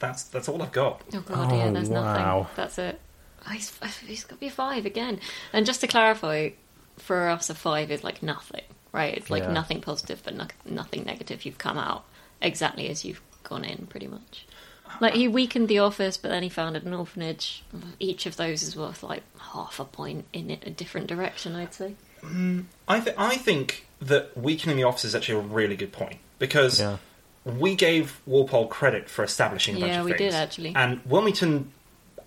S2: That's that's all I've got.
S3: Oh god, yeah,
S1: Oh,
S3: there's
S1: wow.
S3: nothing. That's it. Oh, he's, he's got to be a five again. And just to clarify, for us, a five is like nothing, right? It's like
S1: Yeah.
S3: nothing positive, but no- nothing negative. You've come out exactly as you've gone in, pretty much. Like he weakened the office, but then he founded an orphanage. Each of those is worth like half a point in a different direction, I'd say.
S2: I, th- I think that weakening the office is actually a really good point because
S1: Yeah.
S2: we gave Walpole credit for establishing a bunch
S3: Yeah,
S2: of
S3: we
S2: things.
S3: did, actually.
S2: And Wilmington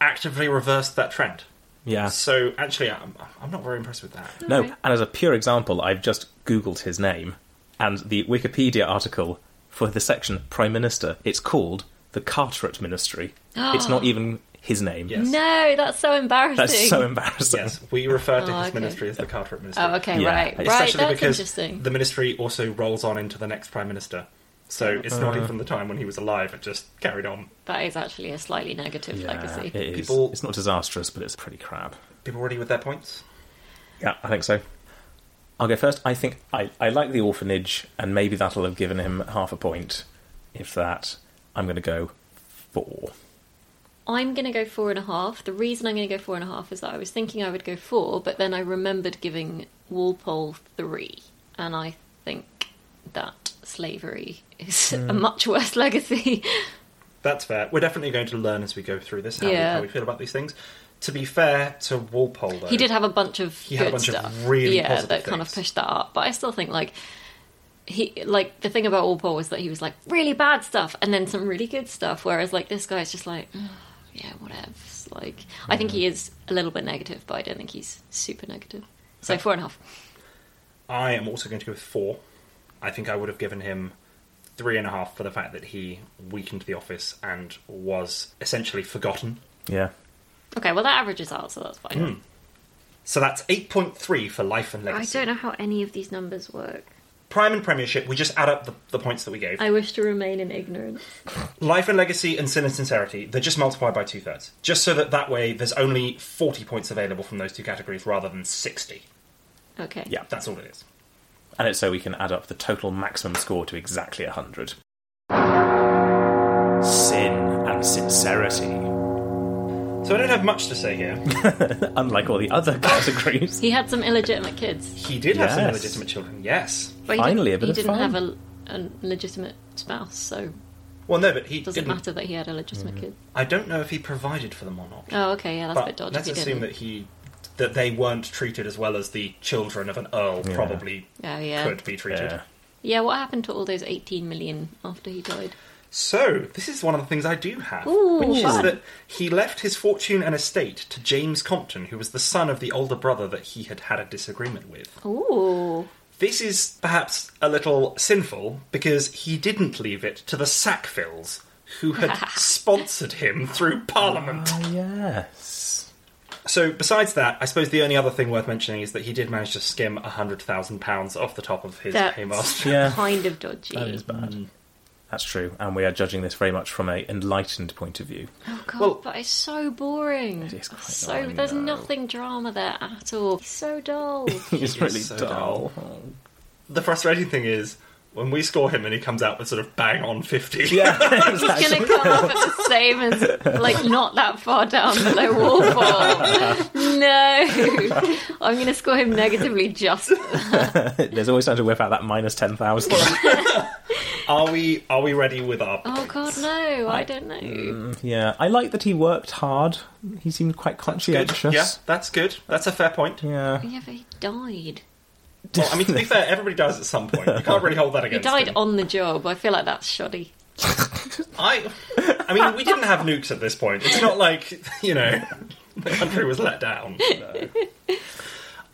S2: actively reversed that trend.
S1: Yeah.
S2: So actually, I'm, I'm not very impressed with that.
S1: No,
S3: Alright.
S1: and as a pure example, I've just googled his name, and the Wikipedia article for the section Prime Minister, it's called the Carteret Ministry. it's not even his name.
S2: Yes.
S3: No, that's so embarrassing.
S1: That's so embarrassing.
S2: Yes, we refer to
S3: Oh,
S2: his
S3: okay.
S2: ministry as the Carteret Ministry.
S3: Oh, okay,
S1: Yeah.
S3: right, right.
S2: Especially
S3: That's
S2: because
S3: interesting.
S2: the ministry also rolls on into the next Prime Minister. So
S3: Oh.
S2: it's not even the time when he was alive, it just carried on.
S3: That is actually a slightly negative
S1: Yeah,
S3: legacy.
S1: it is.
S2: People-
S1: It's not disastrous, but it's pretty crap.
S2: People ready with their points?
S1: Yeah, I think so. I'll go first. I think I, I like the orphanage, and maybe that'll have given him half a point. If that, I'm going to go four.
S3: I'm going to go four and a half. The reason I'm going to go four and a half is that I was thinking I would go four, but then I remembered giving Walpole three, and I think that slavery is a
S2: Hmm.
S3: much worse legacy.
S2: That's fair. We're definitely going to learn as we go through this how, we,
S3: Yeah.
S2: how we feel about these things. To be fair to Walpole, though,
S3: he did have a bunch of
S2: He
S3: good
S2: had a bunch of
S3: stuff,
S2: really
S3: yeah,
S2: positive
S3: that kind of
S2: things.
S3: pushed that up. But I still think like he like the thing about Walpole was that he was like really bad stuff and then some really good stuff, whereas like this guy's just like "Ugh, yeah, whatever. Like I
S2: Hmm.
S3: think he is a little bit negative, but I don't think he's super negative. So four and a half.
S2: I am also going to go with four. I think I would have given him three and a half for the fact that he weakened the office and was essentially forgotten.
S1: Yeah.
S3: Okay, well that averages out, so that's fine.
S2: So that's 8.3 for life
S1: Hmm.
S2: and
S3: I
S2: legacy.
S3: don't know how any of these numbers work.
S2: Prime and Premiership, we just add up the, the points that we gave.
S3: I wish to remain in ignorance.
S2: Life and Legacy and Sin and Sincerity, they're just multiplied by two thirds. Just so that that way there's only 40 points available from those two categories rather than 60.
S3: Okay.
S1: Yeah.
S2: That's all it is.
S1: And it's so we can add up the total maximum score to exactly 100. Sin and sincerity.
S2: So I don't have much to say here.
S1: Unlike all the other categories.
S3: He had some illegitimate kids.
S2: He did have some
S1: Yes.
S2: illegitimate children, yes.
S3: But he
S1: Finally,
S3: didn't,
S1: a bit
S3: he
S1: of
S3: didn't
S1: fun.
S3: have a, a legitimate spouse, so
S2: Well, no, but he
S3: doesn't
S2: didn't.
S3: matter that he had a legitimate
S1: Hmm.
S3: kid.
S2: I don't know if he provided for them or not.
S3: Oh, okay, yeah, that's a
S2: but
S3: bit dodgy.
S2: let's
S3: if he
S2: assume
S3: didn't.
S2: that he that they weren't treated as well as the children of an earl
S1: Yeah.
S2: probably
S3: Oh, yeah.
S2: could be treated.
S1: Yeah.
S3: Yeah, what happened to all those 18 million after he died?
S2: So this is one of the things I do have,
S3: Ooh,
S2: which is
S3: fun.
S2: that he left his fortune and estate to James Compton, who was the son of the older brother that he had had a disagreement with.
S3: Ooh.
S2: This is perhaps a little sinful because he didn't leave it to the Sackvilles, who had sponsored him through Parliament.
S1: Ah, yes.
S2: So, besides that, I suppose the only other thing worth mentioning is that he did manage to skim £100,000 off the top of his
S3: That's-
S2: paymaster.
S1: Yeah.
S3: Kind of dodgy.
S1: That is bad. That's true, and we are judging this very much from a enlightened point of view.
S3: Oh god,
S2: Well-
S3: but it's so boring.
S1: It is quite
S3: so
S1: dull, I
S3: there's
S1: know.
S3: nothing drama there at all. It's so dull.
S1: It's
S2: is
S1: really
S2: so
S1: dull.
S2: The frustrating thing is, when we score him and he comes out with sort of bang on 50.
S1: Yeah,
S3: He's gonna come up at the same as like not that far down below Warfall. no, I'm gonna score him negatively just
S1: there's always time to whip out that minus ten thousand.
S2: Are we are we ready with our
S3: Oh god, no! I Mm. don't know.
S1: yeah, I like that he worked hard. He seemed quite
S2: Good.
S1: conscientious.
S2: Yeah, that's good. That's a fair point.
S1: Yeah.
S3: Yeah, but he died.
S2: Well, I mean, to be fair, everybody dies at some point. You can't really hold that
S3: He
S2: against
S3: died
S2: him.
S3: on the job. I feel like that's shoddy.
S2: I, I mean, we didn't have nukes at this point. It's not like you know the country was let down.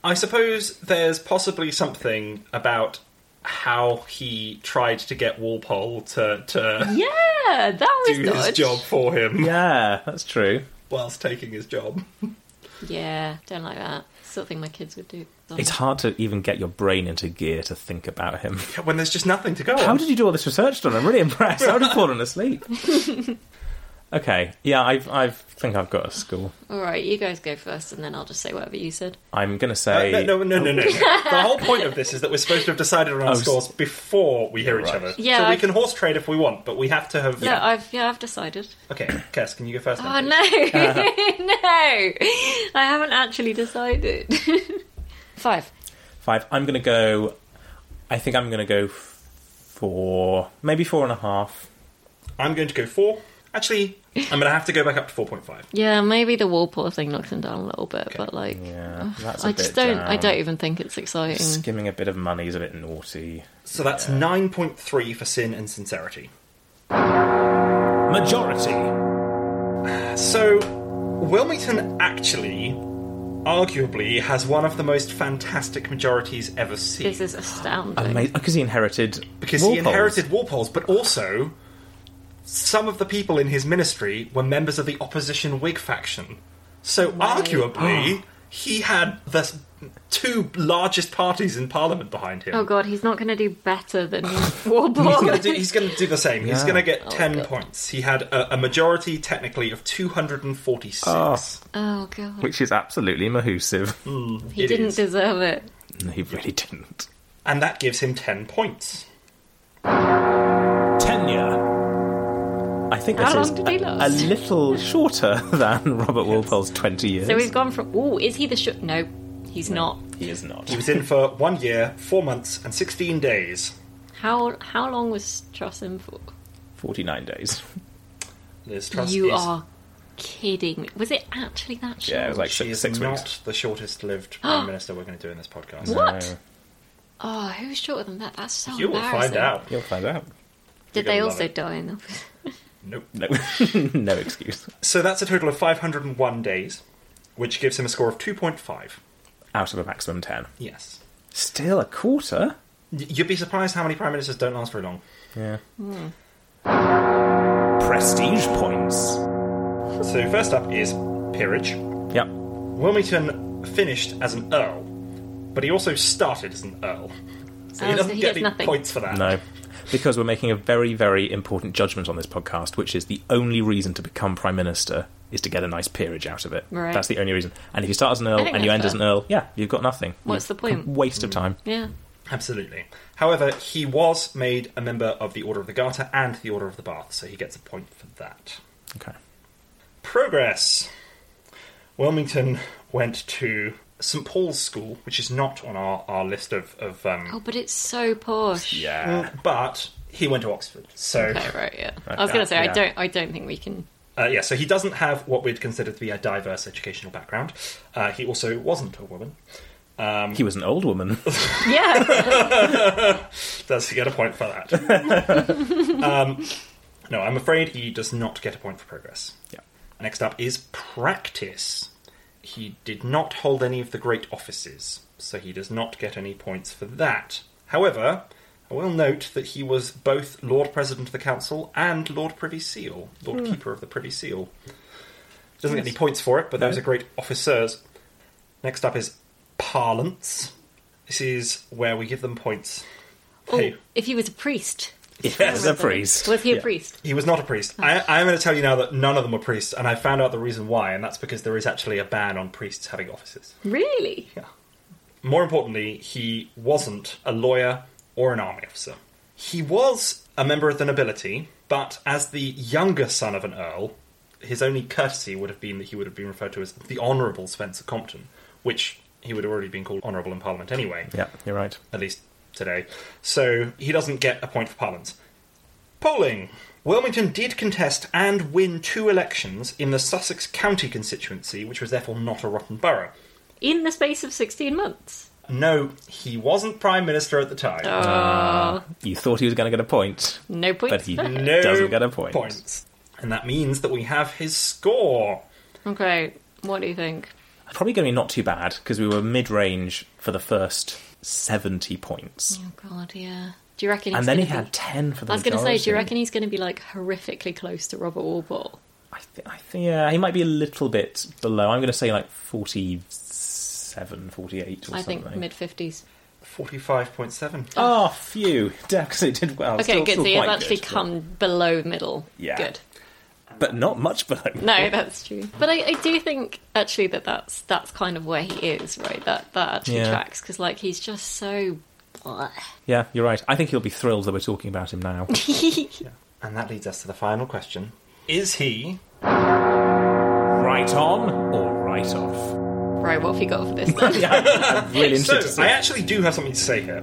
S2: I suppose there's possibly something about how he tried to get Walpole to to
S3: Yeah, that was
S2: do his
S3: dodge.
S2: job for him
S1: Yeah, that's true.
S2: whilst taking his job.
S3: Yeah, don't like that. Sort of thing my kids would do.
S1: It's hard to even get your brain into gear to think about him.
S2: When there's just nothing to go
S1: How
S2: on.
S1: did you do all this research, John? I'm really impressed. I would have fallen asleep. okay, yeah, I've, I think I've got a score.
S3: All right, you guys go first, and then I'll just say whatever you said.
S1: I'm going to
S2: Uh,
S1: say.
S2: no, no, no, no, no. the whole point of this is that we're supposed to have decided on our
S1: Oh, s-
S2: scores before we hear each
S1: Right.
S2: other.
S3: Yeah,
S2: so we
S3: I've-
S2: can horse trade if we want, but we have to have.
S3: Yeah, I've yeah, I've decided.
S2: Okay, Kes, can you go first? then,
S3: Oh
S2: please?
S3: no, no! I haven't actually decided. Five.
S1: Five. I'm going to go. I think I'm going to go f- four, maybe four and a half.
S2: I'm going to go four. Actually, I'm going to have to go back up to 4.5.
S3: Yeah, maybe the Walpole thing knocks him down a little bit, but like,
S1: Yeah, that's a
S3: I
S1: bit
S3: just don't. I
S1: down.
S3: don't even think it's exciting.
S1: Skimming a bit of money is a bit naughty.
S2: So that's 9.3 for sin and sincerity.
S1: Majority.
S2: So, Wilmington actually, arguably, has one of the most fantastic majorities ever seen.
S3: This is astounding.
S1: Amazing. Because he inherited.
S2: because he
S1: Walpole's.
S2: inherited Walpole's, but also some of the people in his ministry were members of the opposition Whig faction. So arguably, he had the s- two largest parties in Parliament behind him.
S3: Oh god, he's not going to do better than Warble.
S2: He's going to do, he's gonna do the same. He's
S1: Yeah.
S2: going to get
S3: Oh,
S2: 10
S3: God.
S2: points. He had a, a majority, technically, of 246.
S1: Oh.
S3: oh god,
S1: Which is absolutely mahoosive.
S3: he
S2: it
S3: didn't
S2: is.
S3: deserve it.
S1: No, he really didn't.
S2: And that gives him 10 points.
S1: Tenure. I think
S3: How
S1: this
S3: long
S1: is
S3: did he
S1: a, a
S3: last?
S1: little shorter than Robert Walpole's 20 years.
S3: So we've gone from. Oh, is he the sh? No, he's not.
S1: He is not.
S2: He was in for one year, four months, and 16 days.
S3: How how long was Truss in for?
S1: 49 days.
S2: Liz Truss
S3: you
S2: is-
S3: are kidding me. Was it actually that short?
S1: Yeah, it was like
S2: She
S1: six,
S2: is
S1: six
S2: not
S1: weeks.
S2: the shortest lived prime minister we're going to do in this podcast.
S3: What? Oh, who's shorter than that? That's so
S2: You will
S3: embarrassing.
S2: find out.
S1: No, you'll find out.
S3: Did
S2: You're
S3: they
S2: gonna
S3: also
S2: love it.
S3: die in Oh, office?
S2: Nope.
S1: No, no excuse.
S2: So that's a total of 501 days, which gives him a score of 2.5.
S1: Out of a maximum 10.
S2: Yes.
S1: Still a quarter?
S2: Y- You'd be surprised how many prime ministers don't last very long.
S1: Yeah.
S3: Hmm.
S1: Prestige points.
S2: So first up is peerage.
S1: Yep.
S2: Wilmington finished as an earl, but he also started as an earl. So he
S3: Oh, so
S2: doesn't
S3: he
S2: get
S3: gets
S2: any
S3: nothing.
S2: points for that.
S1: No. Because we're making a very, very important judgment on this podcast, which is the only reason to become Prime Minister is to get a nice peerage out of it.
S3: Right.
S1: That's the only reason. And if you start as an Earl
S3: I think
S1: and you
S3: that's
S1: end as
S3: fair.
S1: an Earl, yeah, you've got nothing.
S3: What's the point?
S1: Waste of time.
S3: Yeah.
S2: Absolutely. However, he was made a member of the Order of the Garter and the Order of the Bath, so he gets a point for that.
S1: Okay.
S2: Progress. Wilmington went to St Paul's School, which is not on our, our list of. of
S3: Oh,
S2: um, uh,
S3: but it's so posh.
S1: Yeah.
S2: But he went to Oxford. So,
S3: Okay, right. Yeah. I was going to say
S1: Yeah.
S3: I don't. I don't think we can.
S2: uh, yeah, so he doesn't have what we'd consider to be a diverse educational background. Uh, he also wasn't a woman.
S1: He was an old woman.
S3: Yeah.
S2: Does he get a point for that? um, no, I'm afraid he does not get a point for progress.
S1: yeah.
S2: Next up is practice. He did not hold any of the great offices, so he does not get any points for that. However, I will note that he was both Lord President of the Council and Lord Privy Seal, Lord Keeper of the Privy Seal. Doesn't get any points for it, but those
S1: No.
S2: are great officers. Next up is parlance. This is where we give them points.
S3: oh,
S2: Hey,
S3: if he was a priest.
S1: Yes, a priest.
S3: Was he a
S2: Yeah.
S3: priest?
S2: He was not a priest. I, I'm going to tell you now that none of them were priests, and I found out the reason why, and that's because there is actually a ban on priests having offices.
S3: Really?
S2: Yeah. More importantly, he wasn't a lawyer or an army officer. He was a member of the nobility, but as the younger son of an earl, his only courtesy would have been that he would have been referred to as the Honourable Spencer Compton, which he would have already been called Honourable in Parliament anyway
S1: Yeah, you're right.
S2: at least today. So he doesn't get a point for parlance. Polling. Wilmington did contest and win two elections in the Sussex County constituency, which was therefore not a rotten borough.
S3: In the space of sixteen months.
S2: No, he wasn't Prime Minister at the time.
S1: You thought he was going to get a point.
S3: No points.
S1: But he-
S3: for it.
S2: no
S1: doesn't get a point.
S2: points. And that means that we have his score.
S3: Okay. What do you think?
S1: Probably going to be not too bad because we were mid range for the first 70 points.
S3: Oh God, yeah. Do you reckon? He's
S1: And then he
S3: gonna be...
S1: had 10 for the
S3: I was going to say, do you
S1: majority.
S3: reckon he's going to be like horrifically close to Robert Walpole?
S1: I, th- I think yeah, he might be a little bit below. I'm going to say like 47, 48 or
S3: I
S1: something.
S3: think mid fifties.
S2: 45.7.
S1: Oh, phew. Because it did well.
S3: Okay,
S1: Still-
S3: good.
S1: still
S3: So you've
S1: quite
S3: actually
S1: good,
S3: come below middle.
S1: Yeah.
S3: Good.
S1: But, but not much below.
S3: No, that's true. But I, I do think actually that that's that's kind of where he is, right? That that actually
S1: Yeah.
S3: tracks because like he's just so. bleh.
S1: Yeah, you're right. I think he'll be thrilled that we're talking about him now.
S2: And that leads us to the final question. Is he
S1: right on or right off?
S3: right, what have you got for this? Then?
S1: I'm really interested to
S2: So,
S1: see.
S2: I actually do have something to say here.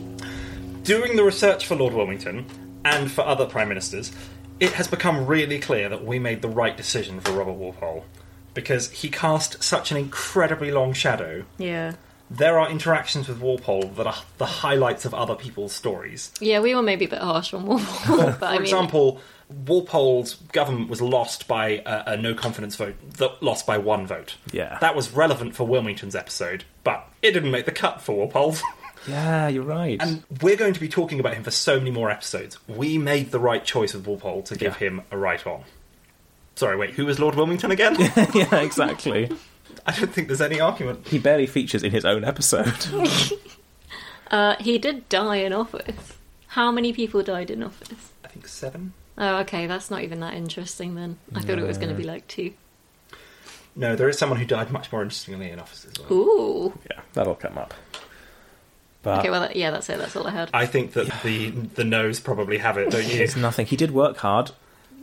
S2: Doing the research for Lord Wilmington and for other prime ministers, it has become really clear that we made the right decision for Robert Walpole because he cast such an incredibly long shadow.
S3: Yeah.
S2: There are interactions with Walpole that are the highlights of other people's stories.
S3: Yeah, we were maybe a bit harsh on Warpole, but
S2: For
S3: I mean,
S2: example, Walpole's government was lost by a, a no confidence vote, that lost by one vote.
S1: Yeah.
S2: That was relevant for Wilmington's episode, but it didn't make the cut for Walpole's.
S1: Yeah, you're right.
S2: And we're going to be talking about him for so many more episodes. We made the right choice with Walpole to give
S1: Yeah.
S2: him a right on. Sorry, wait, who was Lord Wilmington again?
S1: yeah, exactly.
S2: I don't think there's any argument.
S1: He barely features in his own episode.
S3: uh, he did die in office. How many people died in office?
S2: I think seven?
S3: Oh, okay, that's not even that interesting then. I thought it was going to be like two.
S2: No, there is someone who died much more interestingly in office as well.
S3: Ooh.
S1: yeah, that'll come up. But
S3: Okay, well, that, yeah, that's it. That's all I had.
S2: I think that the the no's probably have it, don't you?
S1: it's nothing. He did work hard.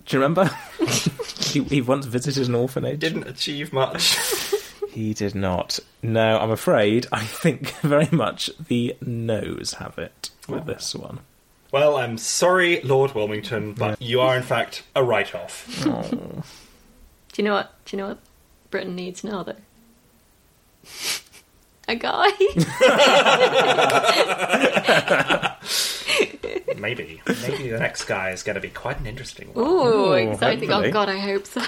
S1: Do you remember? he, he once visited an orphanage.
S2: Didn't achieve much.
S1: He did not. No, I'm afraid. I think very much the no's have it with this one.
S2: Well, I'm sorry, Lord Wilmington, but you are in fact a write off.
S3: Do you know what? Do you know what Britain needs now, though? A guy.
S2: Maybe. Maybe the next guy is going to be quite an interesting one.
S3: Ooh, exciting!
S1: hopefully.
S3: Oh God, I hope so.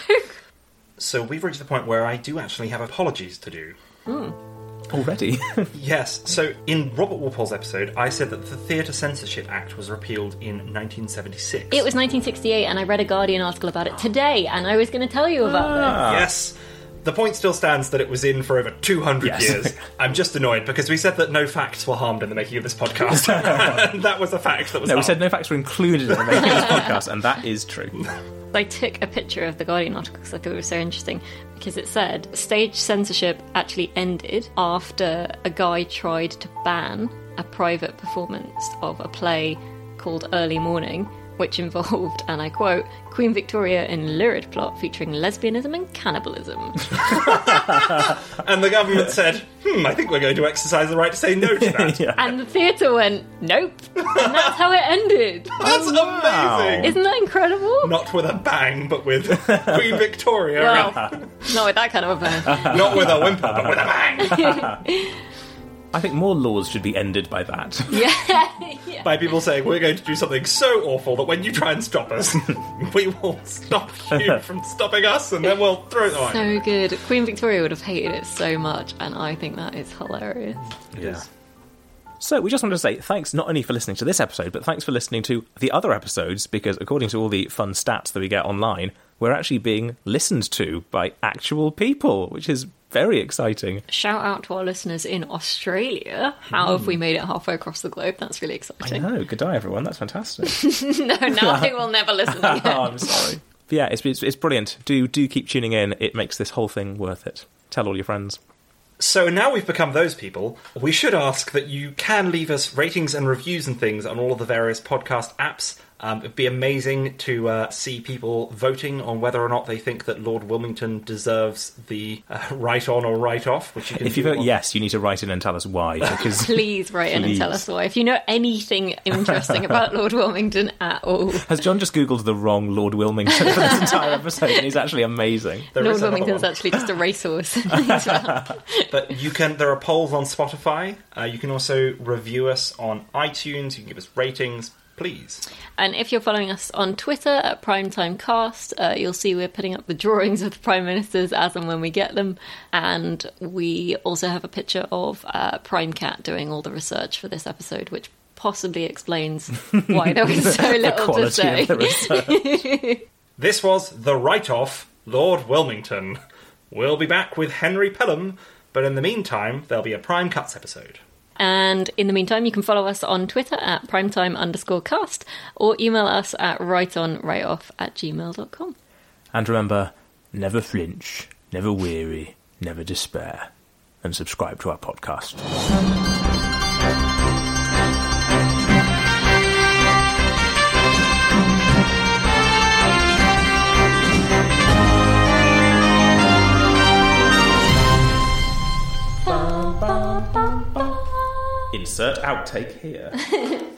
S2: So we've reached the point where I do actually have apologies to do.
S1: Already?
S2: Yes, so in Robert Walpole's episode, I said that the Theatre Censorship Act was repealed in 1976.
S3: It was 1968, and I read a Guardian article about it today, and I was going to tell you about this.
S2: Ah. Yes. The point still stands that it was in for over 200
S1: Yes.
S2: years. I'm just annoyed because we said that no facts were harmed in the making of this podcast. and that was a fact that was
S1: no, we
S2: harmed.
S1: said no facts were included in the making of this podcast, and that is true.
S3: I took a picture of the Guardian article because I thought it was so interesting because it said stage censorship actually ended after a guy tried to ban a private performance of a play called Early Morning, which involved, and I quote, Queen Victoria in lurid plot featuring lesbianism and cannibalism.
S2: And the government said, hmm, I think we're going to exercise the right to say no to that.
S1: Yeah.
S3: and the theatre went, nope. And that's how it ended.
S1: Oh,
S2: That's amazing!
S3: Isn't that incredible?
S2: Not with a bang, but with Queen Victoria.
S3: Well, not with that kind of a ban.
S2: Not with a whimper, but with a bang!
S1: I think more laws should be ended by that.
S3: Yeah. yeah.
S2: By people saying, we're going to do something so awful that when you try and stop us, we will stop you from stopping us, and then we'll throw it away.
S3: So good. Queen Victoria would have hated it so much, and I think that is hilarious.
S1: Yeah. So we just wanted to say thanks not only for listening to this episode, but thanks for listening to the other episodes because according to all the fun stats that we get online, we're actually being listened to by actual people, which is very exciting.
S3: Shout out to our listeners in Australia. How have we
S2: Hmm.
S3: made it halfway across the globe? That's
S1: I
S3: really exciting.
S1: know. Good day, everyone. That's fantastic.
S3: no, now they will never listen again.
S1: oh, I'm sorry. But yeah, it's, it's it's brilliant. Do do keep tuning in. It makes this whole thing worth it. Tell all your friends.
S2: So now we've become those people, we should ask that you can leave us ratings and reviews and things on all of the various podcast apps. Um, it'd be amazing to uh, see people voting on whether or not they think that Lord Wilmington deserves the uh, right on or right off, which you can
S1: If you
S2: do
S1: vote
S2: on-
S1: yes, you need to write in and tell us why. Because
S3: Please write in and tell us why. If you know anything interesting about Lord Wilmington at all,
S1: has John just googled the wrong Lord Wilmington for this entire episode, and he's actually amazing.
S2: There
S3: Lord
S2: is another
S3: Wilmington's
S2: one.
S3: actually just a racehorse.
S2: But you can. There are polls on Spotify. Uh, you can also review us on iTunes. You can give us ratings, please.
S3: And if you're following us on Twitter at PrimetimeCast, uh, you'll see we're putting up the drawings of the Prime Ministers as and when we get them. And we also have a picture of uh, Prime Cat doing all the research for this episode, which possibly explains why there was so
S1: the
S3: little to
S1: quality
S3: say.
S1: of the research.
S2: This was The Write Off, Lord Wilmington. We'll be back with Henry Pelham, but in the meantime, there'll be a Prime Cuts episode.
S3: And in the meantime, you can follow us on Twitter at primetime underscore cast or email us at rightonrightoff at gmail.com.
S1: and remember, never flinch, never weary, never despair, and subscribe to our podcast. Insert outtake here.